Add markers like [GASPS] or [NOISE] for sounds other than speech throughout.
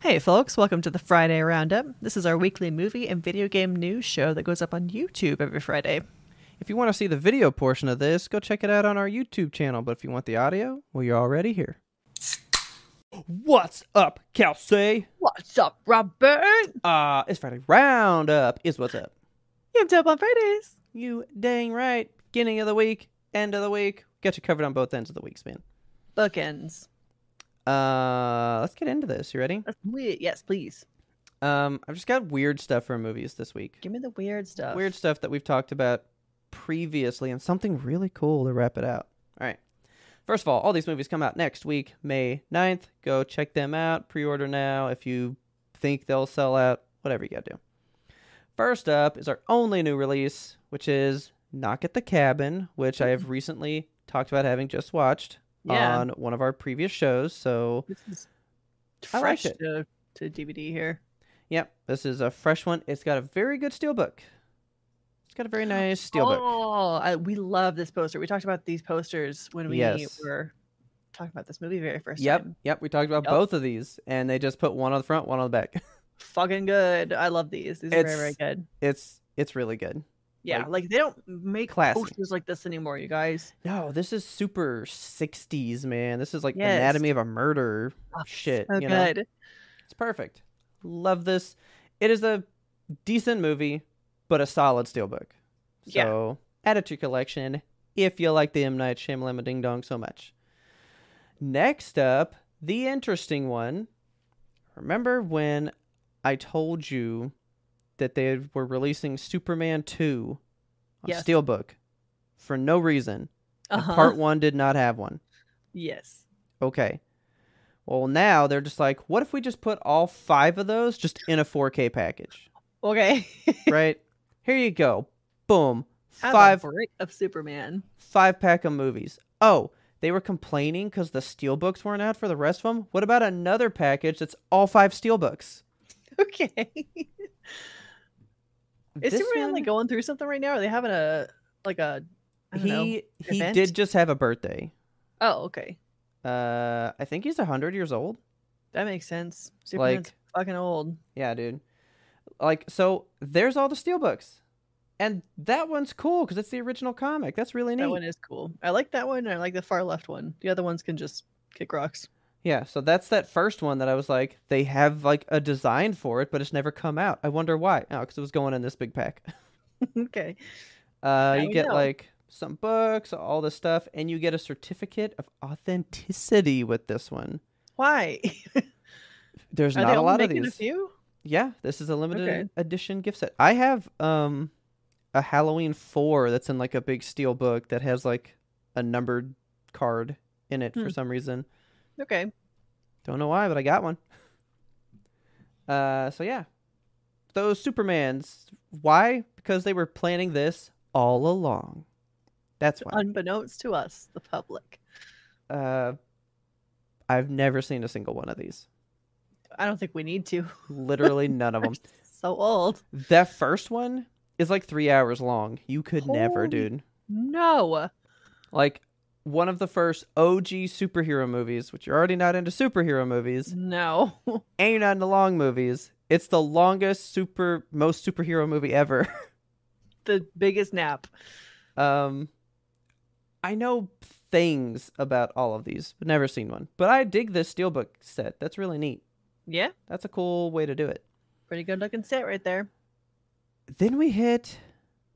Hey, folks, welcome to the Friday Roundup. This is our weekly movie and video game news show that goes up on YouTube every Friday. If you want to see the video portion of this, go check it out on our YouTube channel. But if you want the audio, well, you're already here. What's up, Kelsey? What's up, Robert? Uh, it's Friday Roundup is what's up. You've up on Fridays. You dang right. Beginning of the week, end of the week. Got you covered on both ends of the week, man. Bookends. Uh, let's get into this. You ready? That's weird. Yes, please. Um, I've just got weird stuff for movies this week. Give me the weird stuff. Weird stuff that we've talked about previously and something really cool to wrap it out. All right. First of all, all these movies come out next week, May 9th. Go check them out. Pre order now if you think they'll sell out, whatever you gotta do. First up is our only new release, which is Knock at the Cabin, which I have recently talked about having just watched Yeah. on one of our previous shows. So, This is I like fresh it. to, to DVD here. yep, this is a fresh one. It's got a very good steelbook. It's got a very nice steelbook. Oh, I, we love this poster. We talked about these posters when we Yes. were talking about this movie very first Yep, time. yep. We talked about Yep. both of these, and they just put one on the front, one on the back. [LAUGHS] Fucking good. I love these. These are very, It's- very good. it's it's really good. Yeah, like- like, they don't make Classy. posters like this anymore, you guys. No, this is super '60s, man. This is like Yes. Anatomy of a Murder Oh, shit. So you know, good. it's perfect. Love this. It is a decent movie, but a solid steelbook. Yeah. So add it to your collection if you like the M Night Shyamalan Ding Dong so much. Next up, the interesting one. Remember when I told you that they were releasing Superman 2 on Yes. steelbook for no reason? and Uh-huh. [LAUGHS] Part 1 did not have one. Yes. Okay. Well, now they're just like, what if we just put all 5 of those just in a [LAUGHS] 4K package, [LAUGHS] Okay. right? Here you go. Boom. Have a 5 break of Superman. five pack of movies. Oh, they were complaining because the steelbooks weren't out for the rest of them. What about another package that's all five steelbooks? [LAUGHS] Okay. Is This Superman one- like going through something right now? Are they having a like a I don't know. he he event? did just have a birthday. Oh, okay. Uh, I think he's hundred years old. That makes sense. Superman's Like- fucking old. Yeah, dude. Like so, there's all the steelbooks, and that one's cool because it's the original comic. That's really neat. That one is cool. I like that one. and I like the far left one. The other ones can just kick rocks. [LAUGHS] Yeah, so that's that first one that I was like, they have like a design for it, but it's never come out. I wonder why. Oh, because it was going in this big pack. [LAUGHS] okay. Uh, Now you we get know. like some books, all this stuff, and you get a certificate of authenticity with this one. Why? There's [LAUGHS] Are not they a only lot of making a these. few? yeah, this is a limited Okay. edition gift set. I have um a Halloween four that's in like a big steel book that has like a numbered card in it for Hmm. some reason. Okay. Don't know why, but I got one. Uh, so yeah, those Supermans. Why? Because they were planning this all along. That's why. Unbeknownst to us, the public. Uh, I've never seen a single one of these. I don't think we need to. [LAUGHS] Literally none of them. So old. That first one is like three hours long. You could never, Holy- dude. No. Like one of the first OG superhero movies, which you're already not into superhero movies, No. [LAUGHS] and you're not into long movies. It's the longest super, most superhero movie ever. the biggest nap. Um, I know things about all of these, but never seen one. But I dig this steelbook set. That's really neat. Yeah. That's a cool way to do it. Pretty good looking set right there. then we hit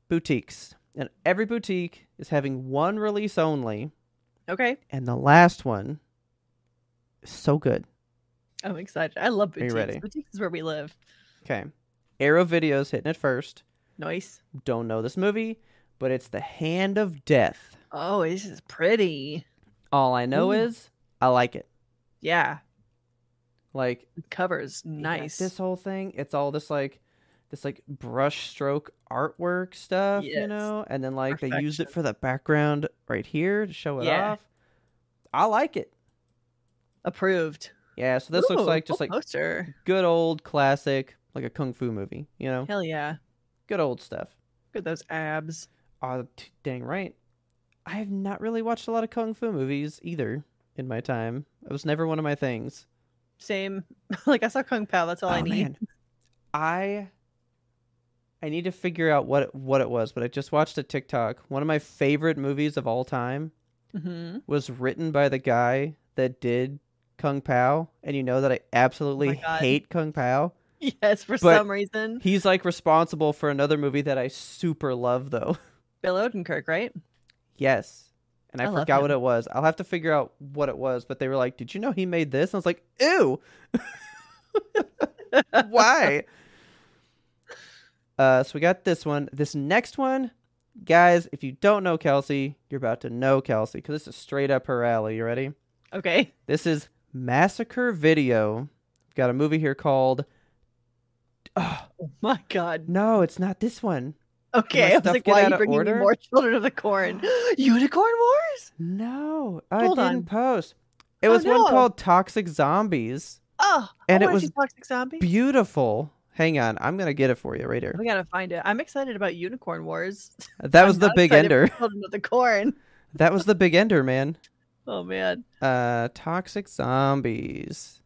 boutiques and every boutique is having one release only Okay. and the last one is so good I'm excited. I love Are you boutiques. ready? Boutiques is where we live. okay arrow videos hitting it first Nice. don't know this movie but it's the hand of death Oh, this is pretty. all i know Ooh. is i like it Yeah. Like Covers yeah, nice. this whole thing, it's all this like this like brush stroke artwork stuff, you Yes. know, and then like they used it for the background right here to show it Yeah. off. I like it. Approved. Yeah, so this Ooh, looks like cool just like poster. good old classic, like a kung fu movie, you know, Hell yeah. good old stuff. Look at those abs. Oh, t- dang right. I have not really watched a lot of kung fu movies either in my time. It was never one of my things. Same. [LAUGHS] like I saw Kung Pao. That's all I Oh, need. man. I I need to figure out what it, what it was, but I just watched a TikTok. One of my favorite movies of all time Mm-hmm. was written by the guy that did Kung Pao, and you know that I absolutely God. hate Kung Pao. Yes, for But- some reason. He's like responsible for another movie that I super love though. Bill Odenkirk, right? Yes. And I, I love forgot what it was. I'll have to figure out what it was, but they were like, Did you know he made this? And I was like, Ew. [LAUGHS] Why? [LAUGHS] uh, so we got this one. This next one, guys, if you don't know Kelsey, you're about to know Kelsey because this is straight up her alley. You ready? Okay. This is Massacre Video. We've got a movie here called. Oh, [LAUGHS] My God. no, it's not this one. Okay. I was stuff like, get why are out you of bringing order? me more [LAUGHS] Children of the Corn? [GASPS] Unicorn Wars? No, I Hold didn't on. post. It Oh, was no. one called Toxic Zombies. Oh, I And it wanna was see Toxic Zombie. Beautiful. Hang on, I'm gonna get it for you [LAUGHS] right here. we gotta find it. I'm excited about Unicorn Wars. [LAUGHS] That was I'm the not big excited [LAUGHS] for ender. Children of the Corn. That [LAUGHS] was the big ender, man. Oh man. Uh, Toxic Zombies.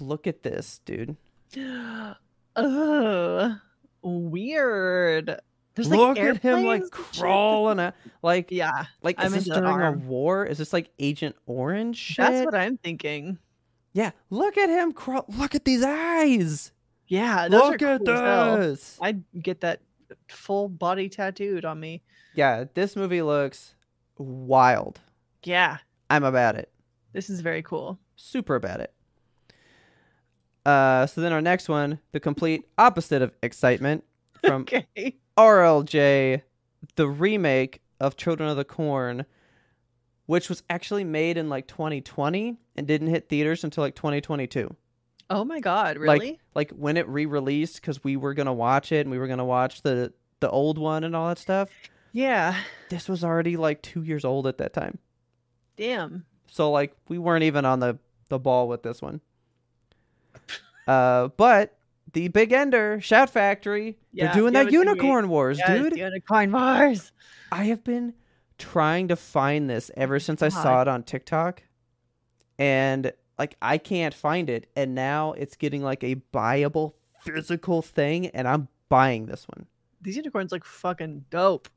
Look at this, dude. Oh, weird. There's like Look at him like airplanes and shit. crawling out. Like, Yeah, like I'm is this into during a arm. war? Is this like Agent Orange shit? that's what I'm thinking. yeah, look at him crawl. Look at these eyes. Yeah, Uh, those look are at cool as hell. those. I'd get that full body tattooed on me. Yeah, this movie looks wild. Yeah, I'm about it. this is very cool. [LAUGHS] Super about it. Uh, so then our next one, the complete opposite of excitement from Okay. RLJ, the remake of Children of the Corn, which was actually made in like 2020 and didn't hit theaters until like 2022. Oh my god, really? Like when it re-released, because we were gonna watch it and we were gonna watch the the old one and all that stuff. yeah. This was already like two years old at that time. Damn. So like we weren't even on the the ball with this one. [LAUGHS] Uh, but the Big Ender Shout Factory, Yeah, they're doing you that have it to me. Unicorn Wars, Yes, dude. Unicorn Mars. I have been trying to find this ever since I saw it on TikTok, and like I can't find it, and now it's getting like a buyable physical thing, and I'm buying this one. These unicorns look fucking dope.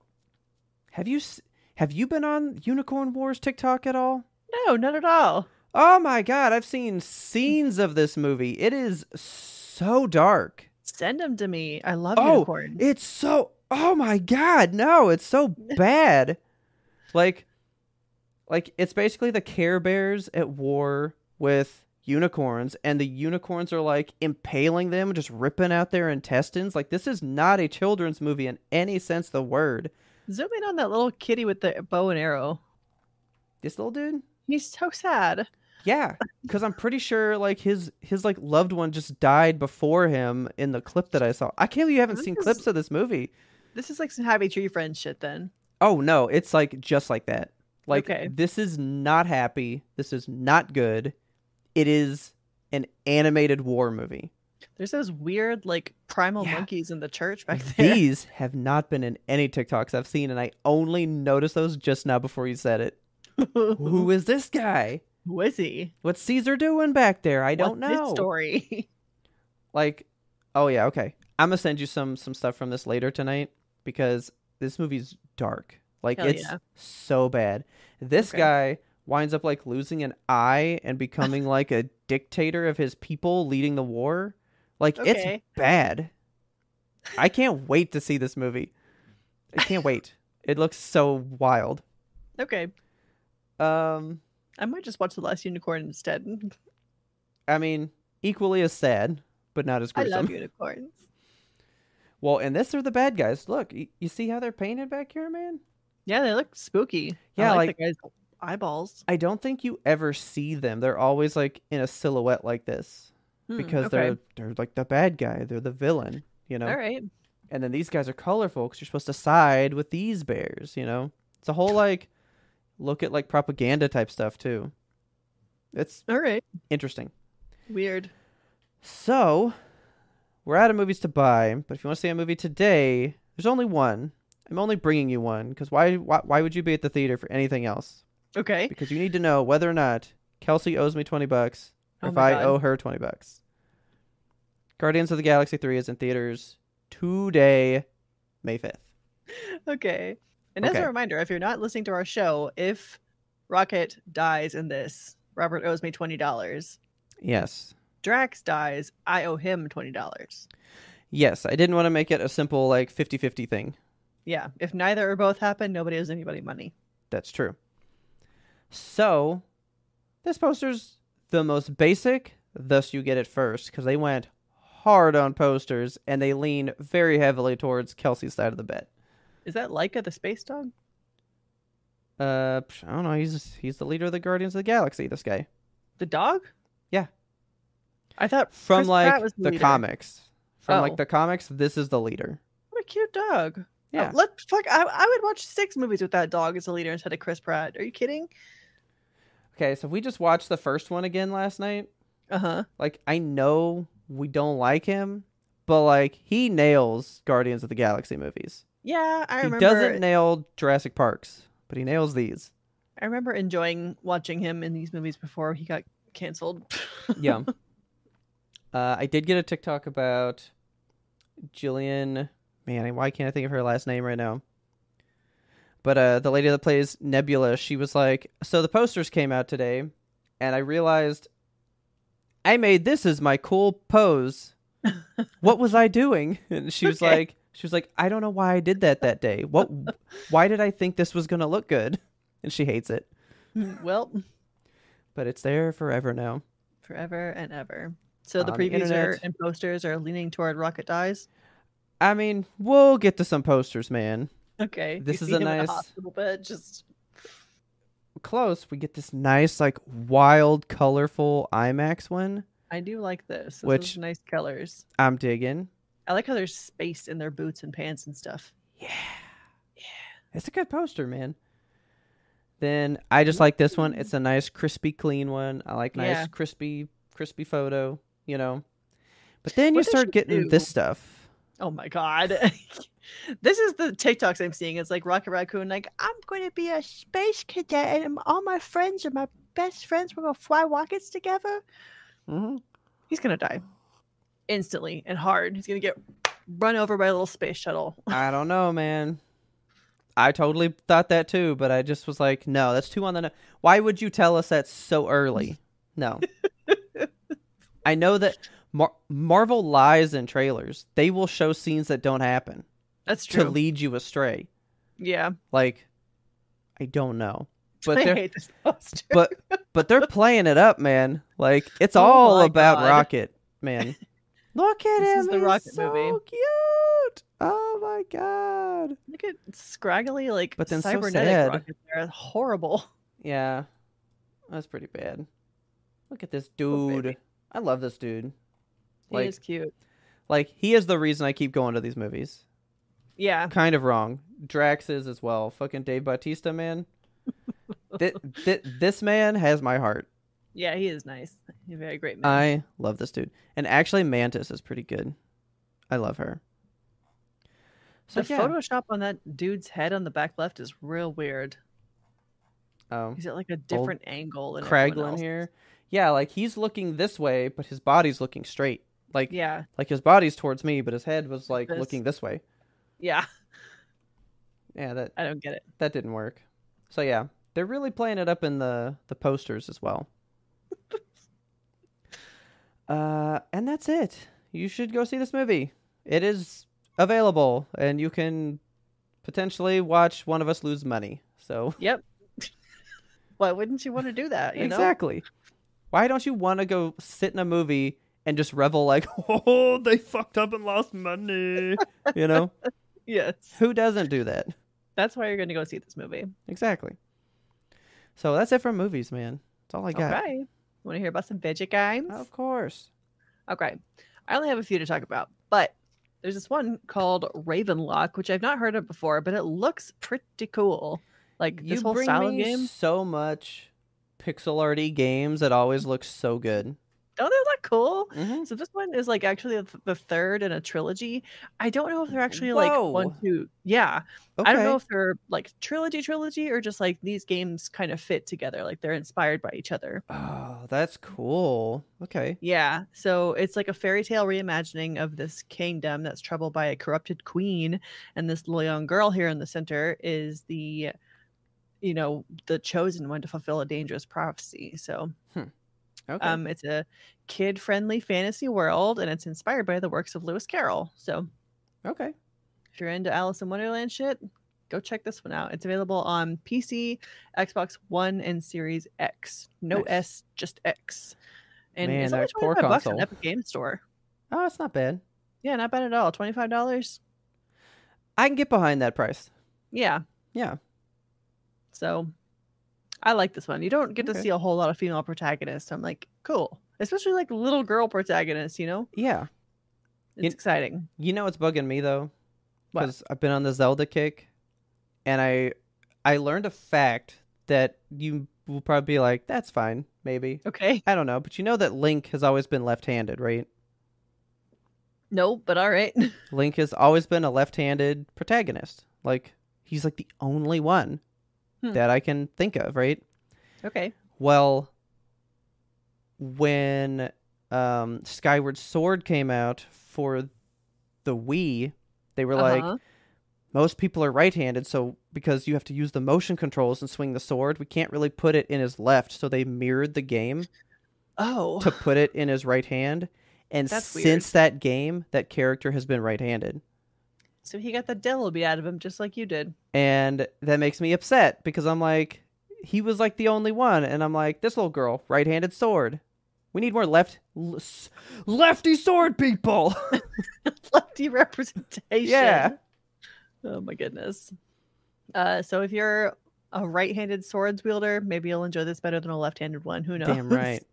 Have you s- have you been on Unicorn Wars TikTok at all? No, not at all. Oh my god, I've seen scenes of this movie. It is so dark. Send them to me. I love Oh, unicorns. It's so Oh my god, no, it's so bad. like like it's basically the Care Bears at war with unicorns and the unicorns are like impaling them just ripping out their intestines like this is not a children's movie in any sense of the word Zoom in on that little kitty with the bow and arrow. this little dude He's so sad. yeah because i'm pretty sure like his his like loved one just died before him in the clip that i saw i can't believe you haven't This seen is- clips of this movie This is like some happy tree friends shit then. Oh no, it's like just like that. Like Okay. this is not happy. This is not good. It is an animated war movie. There's those weird like primal Yeah. monkeys in the church back there. These have not been in any TikToks I've seen, and I only noticed those just now before you said it. Who is this guy? [LAUGHS] Who is he? What's Caesar doing back there? I don't What's his know. story. [LAUGHS] Like, oh yeah, okay. I'm gonna send you some some stuff from this later tonight because this movie's dark. Like Hell it's yeah. so bad. This Okay. guy winds up like losing an eye [LAUGHS] and becoming like a dictator of his people leading the war. Like it's Okay. bad. I can't wait to see this movie. I can't wait. [LAUGHS] It looks so wild. okay. Um I might just watch The Last Unicorn instead. [LAUGHS] I mean, equally as sad, but not as I gruesome. love unicorns. Well, and this are the bad guys. Look, y- you see how they're painted back here, man? Yeah, they look spooky. I Yeah, like, the guys eyeballs. I don't think you ever see them. They're always like in a silhouette like this Hmm, because okay. they're they're like the bad guy. They're the villain, you know. all right. And then these guys are colorful because you're supposed to side with these bears, you know. It's a whole like look at like propaganda type stuff too. It's All right. interesting. Weird. So, we're out of movies to buy, but if you want to see a movie today, there's only one. I'm only bringing you one because why, why? Why would you be at the theater for anything else? Okay. Because you need to know whether or not Kelsey owes me twenty bucks, or Oh if my I God. owe her twenty bucks. Guardians of the Galaxy Three is in theaters today, May fifth. Okay. And as Okay. a reminder, if you're not listening to our show, if Rocket dies in this, Robert owes me twenty dollars. Yes, Drax dies, I owe him twenty dollars. yes. I didn't want to make it a simple like 50-50 thing. Yeah. If neither or both happen, nobody owes anybody money. That's true. So, this poster's the most basic, thus, you get it first, because they went hard on posters and they lean very heavily towards Kelsey's side of the bet. Is that Leica the space dog? Uh, psh, I don't know. He's he's the leader of the Guardians of the Galaxy. This guy The dog? Yeah. I thought from Chris Pratt like was the, the leader. comics. From Oh. like the comics, this is the leader. What a cute dog. Oh, Yeah. let fuck. I, I would watch six movies with that dog as the leader instead of Chris Pratt. Are you kidding? Okay, so if we just watched the first one again last night, Uh huh. like I know we don't like him, but like he nails Guardians of the Galaxy movies. Yeah, I he remember. doesn't nail Jurassic Parks, but he nails these. I remember enjoying watching him in these movies before he got canceled. Yeah. uh, I did get a TikTok about Jillian. Man, why can't I think of her last name right now? But uh, the lady that plays Nebula, she was like, "So the posters came out today, and I realized I made this as my cool pose. what was I doing?" [LAUGHS] And she was Okay. like, "She was like, I don't know why I did that that day. What? why did I think this was gonna look good?" And she hates it. [LAUGHS] well, but it's there forever now. forever and ever. So the On the previews are, internet. and posters are leaning toward Rocket Dies. I mean, we'll get to some posters, man. Okay. you This is see a him in nice- hospital bed. Just Close, we get this nice, like, wild, colorful IMAX one. I do like this. this Which- is nice colors. I'm digging. I like how there's space in their boots and pants and stuff. Yeah. Yeah. It's a good poster, man. Then I just like this one. It's a nice, crispy, clean one. I like nice, Yeah. crispy, crispy photo, you know. But then you What they start should getting do- this stuff. Oh my god. [LAUGHS] this is the TikToks I'm seeing. It's like Rocket Raccoon, like, I'm going to be a space cadet and all my friends are my best friends. We're going to fly rockets together. Mm-hmm. He's going to die instantly and hard. He's going to get run over by a little space shuttle. I don't know, man. I totally thought that too, but I just was like, no, that's too on the. No- Why would you tell us that so early? No. I know that Mar- Marvel lies in trailers. They will show scenes that don't happen That's to true. lead you astray. yeah. Like, I don't know, but I they're hate this poster. but but they're playing it up, man. Like it's Oh all my about God. Rocket, [LAUGHS] man. Look at This him. is the he's Rocket so movie. cute. Oh my god. Look at scraggly, like, But then so cybernetic sad. rocket there. Horrible. [LAUGHS] Yeah. That's pretty bad. Look at this Poor dude. baby. I love this dude. He Like- is cute. Like he is the reason I keep going to [LAUGHS] these movies. Yeah. Kind of wrong. Drax is as well. Fucking Dave [LAUGHS] Bautista, man. Th- th- this man has my heart. Yeah, he is nice. He's a very great man. I love this dude. And actually Mantis is pretty good. I love her. So the yeah. Photoshop on that dude's head on the back left is real weird. Oh, He's at like a different angle than everyone Kraglin else. here. Yeah, like he's looking this way, but his body's looking straight. Like Yeah, like his body's towards me, but his head was like This. looking this way. yeah. [LAUGHS] Yeah, that I don't get it. that didn't work. So yeah, they're really playing it up in the the posters as well. [LAUGHS] uh, and that's it. You should go see this movie. It is available, and you can potentially watch one of us lose money. So Yep. Why wouldn't you want to do that? You exactly, why don't you want to go sit in a movie and just revel like, [LAUGHS] oh, they fucked up and lost money? you know, know? Yes. who doesn't do that? That's why you're going to go see this movie. Exactly. So that's it for movies, man. That's all I got. Okay. Want to hear about some veggie games? Of course. Okay. I only have a few to talk about, but there's this one called Ravenlock, which I've not heard of before, but it looks pretty cool. Like You this whole bring style of me game. so much pixel arty games that always look so good. Don't they look cool? Mm-hmm. So this one is like actually th- the third in a trilogy. I don't know if they're actually like Whoa. one, two. Yeah, Okay. I don't know if they're like trilogy, trilogy, or just like these games kind of fit together. Like they're inspired by each other. Oh, that's cool. Okay. Yeah. So it's like a fairy tale reimagining of this kingdom that's troubled by a corrupted queen. And this little young girl here in the center is the, you know, the chosen one to fulfill a dangerous prophecy. So Okay. um, it's a kid friendly fantasy world and it's inspired by the works of Lewis Carroll. So okay. if you're into Alice in Wonderland shit, go check this one out. It's available on PC, Xbox One, and Series X. No Nice. S, just X. And Man, it's only that poor 25 bucks on console. Epic Game Store. Oh, it's not bad. Yeah, not bad at all. Twenty five dollars. I can get behind that price. Yeah. Yeah. So I like this one. You don't get Okay. to see a whole lot of female protagonists. I'm like, cool. Especially like little girl protagonists, you know? Yeah. It's You- exciting. You know what's bugging me though? What? Because I've been on the Zelda kick, and I I learned a fact that you will probably be like, "That's fine, maybe." Okay. [LAUGHS] I don't know, but you know that Link has always been left-handed, right? No, but all right. [LAUGHS] Link has always been a left-handed protagonist. Like he's like the only one Hmm. that I can think of, right? okay. Well, when um, Skyward Sword came out for the Wii, they were Uh-huh. like, most people are right handed, so because you have to use the motion controls and swing the sword, we can't really put it in his left. So they mirrored the game Oh. to put it in his right hand. And That's weird. since that game, that character has been right handed. So he got the devil beat out of him just like you did. [LAUGHS] And that makes me upset because I'm like, he was like the only one. And I'm like, this little girl, right handed sword. We need more left l- s- lefty sword people. [LAUGHS] Lefty representation. yeah. Oh my goodness. Uh so if you're a right handed swords wielder, maybe you'll enjoy this better than a left handed one. Who knows? [LAUGHS] Damn right.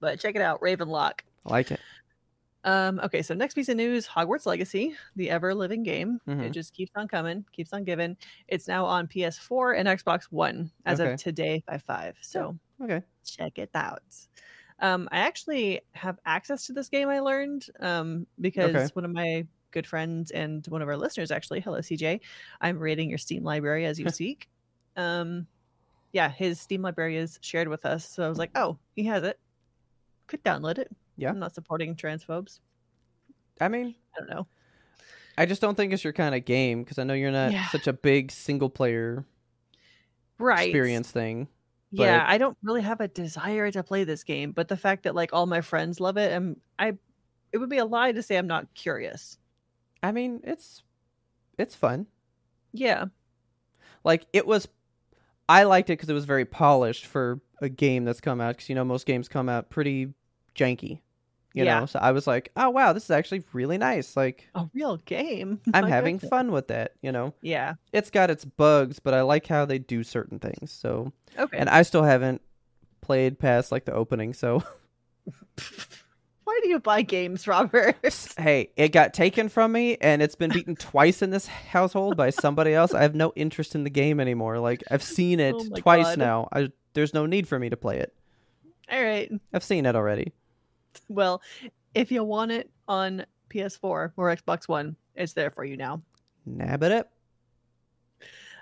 But check it out, Ravenlock. I like it. Um, okay, so next piece of news Hogwarts Legacy, the ever living game. Mhm. It just keeps on coming, keeps on giving. It's now on PS4 and Xbox One as Okay. of today by five. So Okay. check it out. Um, I actually have access to this game, I learned, um, because Okay. one of my good friends and one of our listeners, actually, hello, CJ, I'm raiding your Steam library [LAUGHS] as you seek. Um, yeah, his Steam library is shared with us. So I was like, oh, he has it. Could download it. Yeah. I'm not supporting transphobes. I mean, I don't know. I just don't think it's your kind of game because I know you're not Yeah. such a big single player Right. experience thing. Yeah, but- I don't really have a desire to play this game, but the fact that like all my friends love it, and I, it would be a lie to say I'm not curious. I mean, it's it's fun. Yeah. Like it was, I liked it because it was very polished for a game that's come out. Because you know most games come out pretty janky, you Yeah. know. So I was like, oh wow, this is actually really nice. Like A real game. [LAUGHS] I'm My having goodness. fun with that. You know, Yeah. it's got its bugs, but I like how they do certain things. So Okay. and I still haven't played past like the opening. So [LAUGHS] Why do you buy games, [LAUGHS] Robert? [LAUGHS] hey, it got taken from me and it's been beaten twice in this household by somebody else. I have no interest in the game anymore. Like I've seen it Oh my twice God. now. I there's no need for me to play it. all right. I've seen it already. Well, if you want it on PS4 or Xbox One, it's there for you now. Nab it up.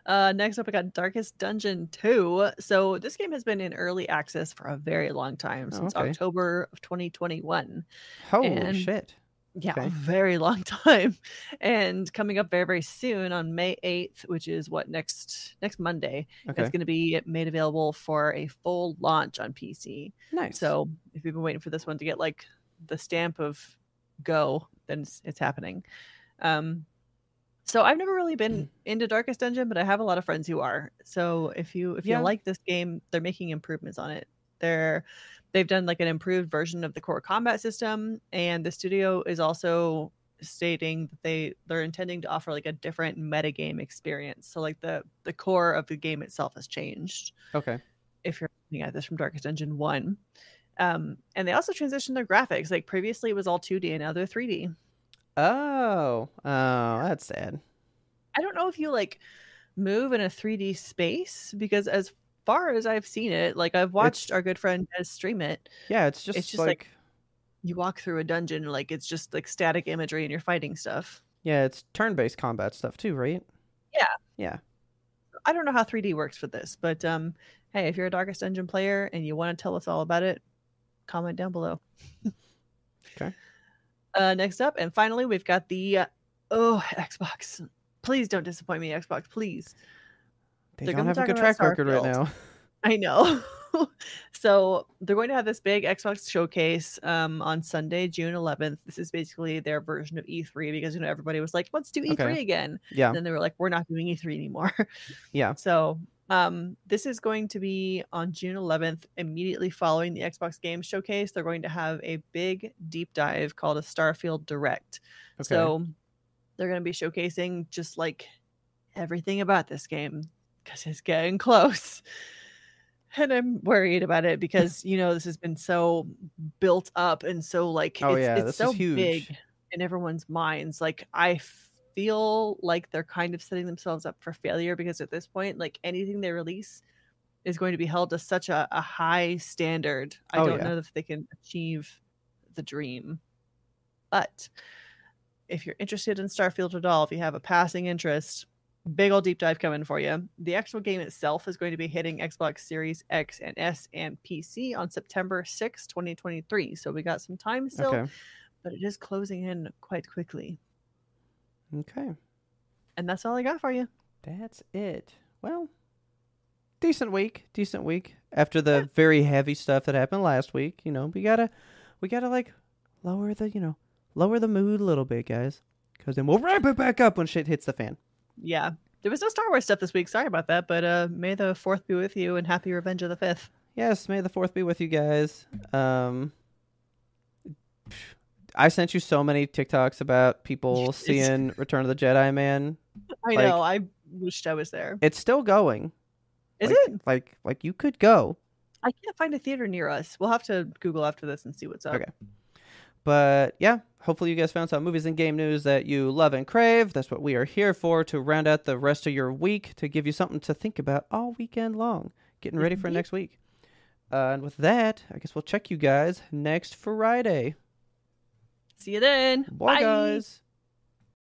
Uh, next up, I got Darkest Dungeon 2. So, this game has been in early access for a very long time, Oh, since okay. October of 2021. Holy And- shit. yeah Okay. a very long [LAUGHS] time and coming up very very soon on may 8th which is what next next monday Okay. it's going to be made available for a full launch on pc Nice. so if you've been waiting for this one to get like the stamp of go then it's, it's happening um so i've never really Mm. been into darkest dungeon but i have a lot of friends who are so if you if Yeah. you like this game they're making improvements on it they're they've done like an improved version of the core combat system and the studio is also stating that they they're intending to offer like a different metagame experience. So like the the core of the game itself has changed. Okay. If you're looking at this from Darkest Engine One, um, and they also transitioned their graphics. Like previously it was all 2D, and now they're 3D. Oh, oh, that's sad. I don't know if you like move in a 3D space because as far as I've seen it, like I've watched It's- our good friend Des stream it. Yeah, it's just, just like- like, You walk through a dungeon, like it's just like static imagery, and you're fighting stuff. yeah, it's turn-based combat stuff too, right? I don't know how 3D works for this, but um, hey, if you're a Darkest Dungeon player and you want to tell us all about it, comment down below. [LAUGHS] Okay. Uh, next up, and finally, we've got the uh, oh Xbox. Please don't disappoint me, Xbox. Please. They They're don't gonna have a talk good about track record right Starfield. now. [LAUGHS] I know. [LAUGHS] so they're going to have this big Xbox showcase um, on Sunday, June 11th. This is basically their version of E3 because you know everybody was like, "Let's do E3 Okay. again." yeah, And then they were like, "We're not doing E3 anymore." [LAUGHS] yeah. So um, this is going to be on June 11th, immediately following the Xbox Game Showcase. They're going to have a big deep dive called a Starfield Direct. Okay. So they're going to be showcasing just like everything about this game because it's getting [LAUGHS] close. And I'm worried about it because you know this has been so built up and so like oh it's, yeah, it's this so is huge. big in everyone's minds. Like I feel like they're kind of setting themselves up for failure because at this point, like anything they release is going to be held to such a, a high standard. I Oh, don't yeah. know if they can achieve the dream. But if you're interested in Starfield at all, if you have a passing interest, big old deep dive coming for you. The actual game itself is going to be hitting Xbox Series X and S and PC on September 6, 2023. So we got some time still okay. but it is closing in quite quickly. Okay. And that's all I got for you. That's it. Well, decent week, decent week after the very heavy stuff that happened last week. You know, we gotta, we gotta like lower the, you know, lower the mood a little bit, guys, because then we'll ramp it back up when shit hits the fan. Yeah. There was no Star Wars stuff this week. Sorry about that, but uh may the 4th be with you and happy Revenge of the 5th. Yes, may the fourth be with you guys. Um, I sent you so many TikToks about people did. seeing Return of the Jedi. Man, [LAUGHS] I Like- know. I wished I was there. it's still going. Is Like- it? Like, like you could go. I can't find a theater near us. We'll have to Google after this and see what's up. Okay. But yeah, hopefully you guys found some movies and game news that you love and crave. That's what we are here for to round out the rest of your week to give you something to think about all weekend long, getting ready for Indeed. next week. Uh, and with that, I guess we'll check you guys next Friday. See you then. Bye, guys.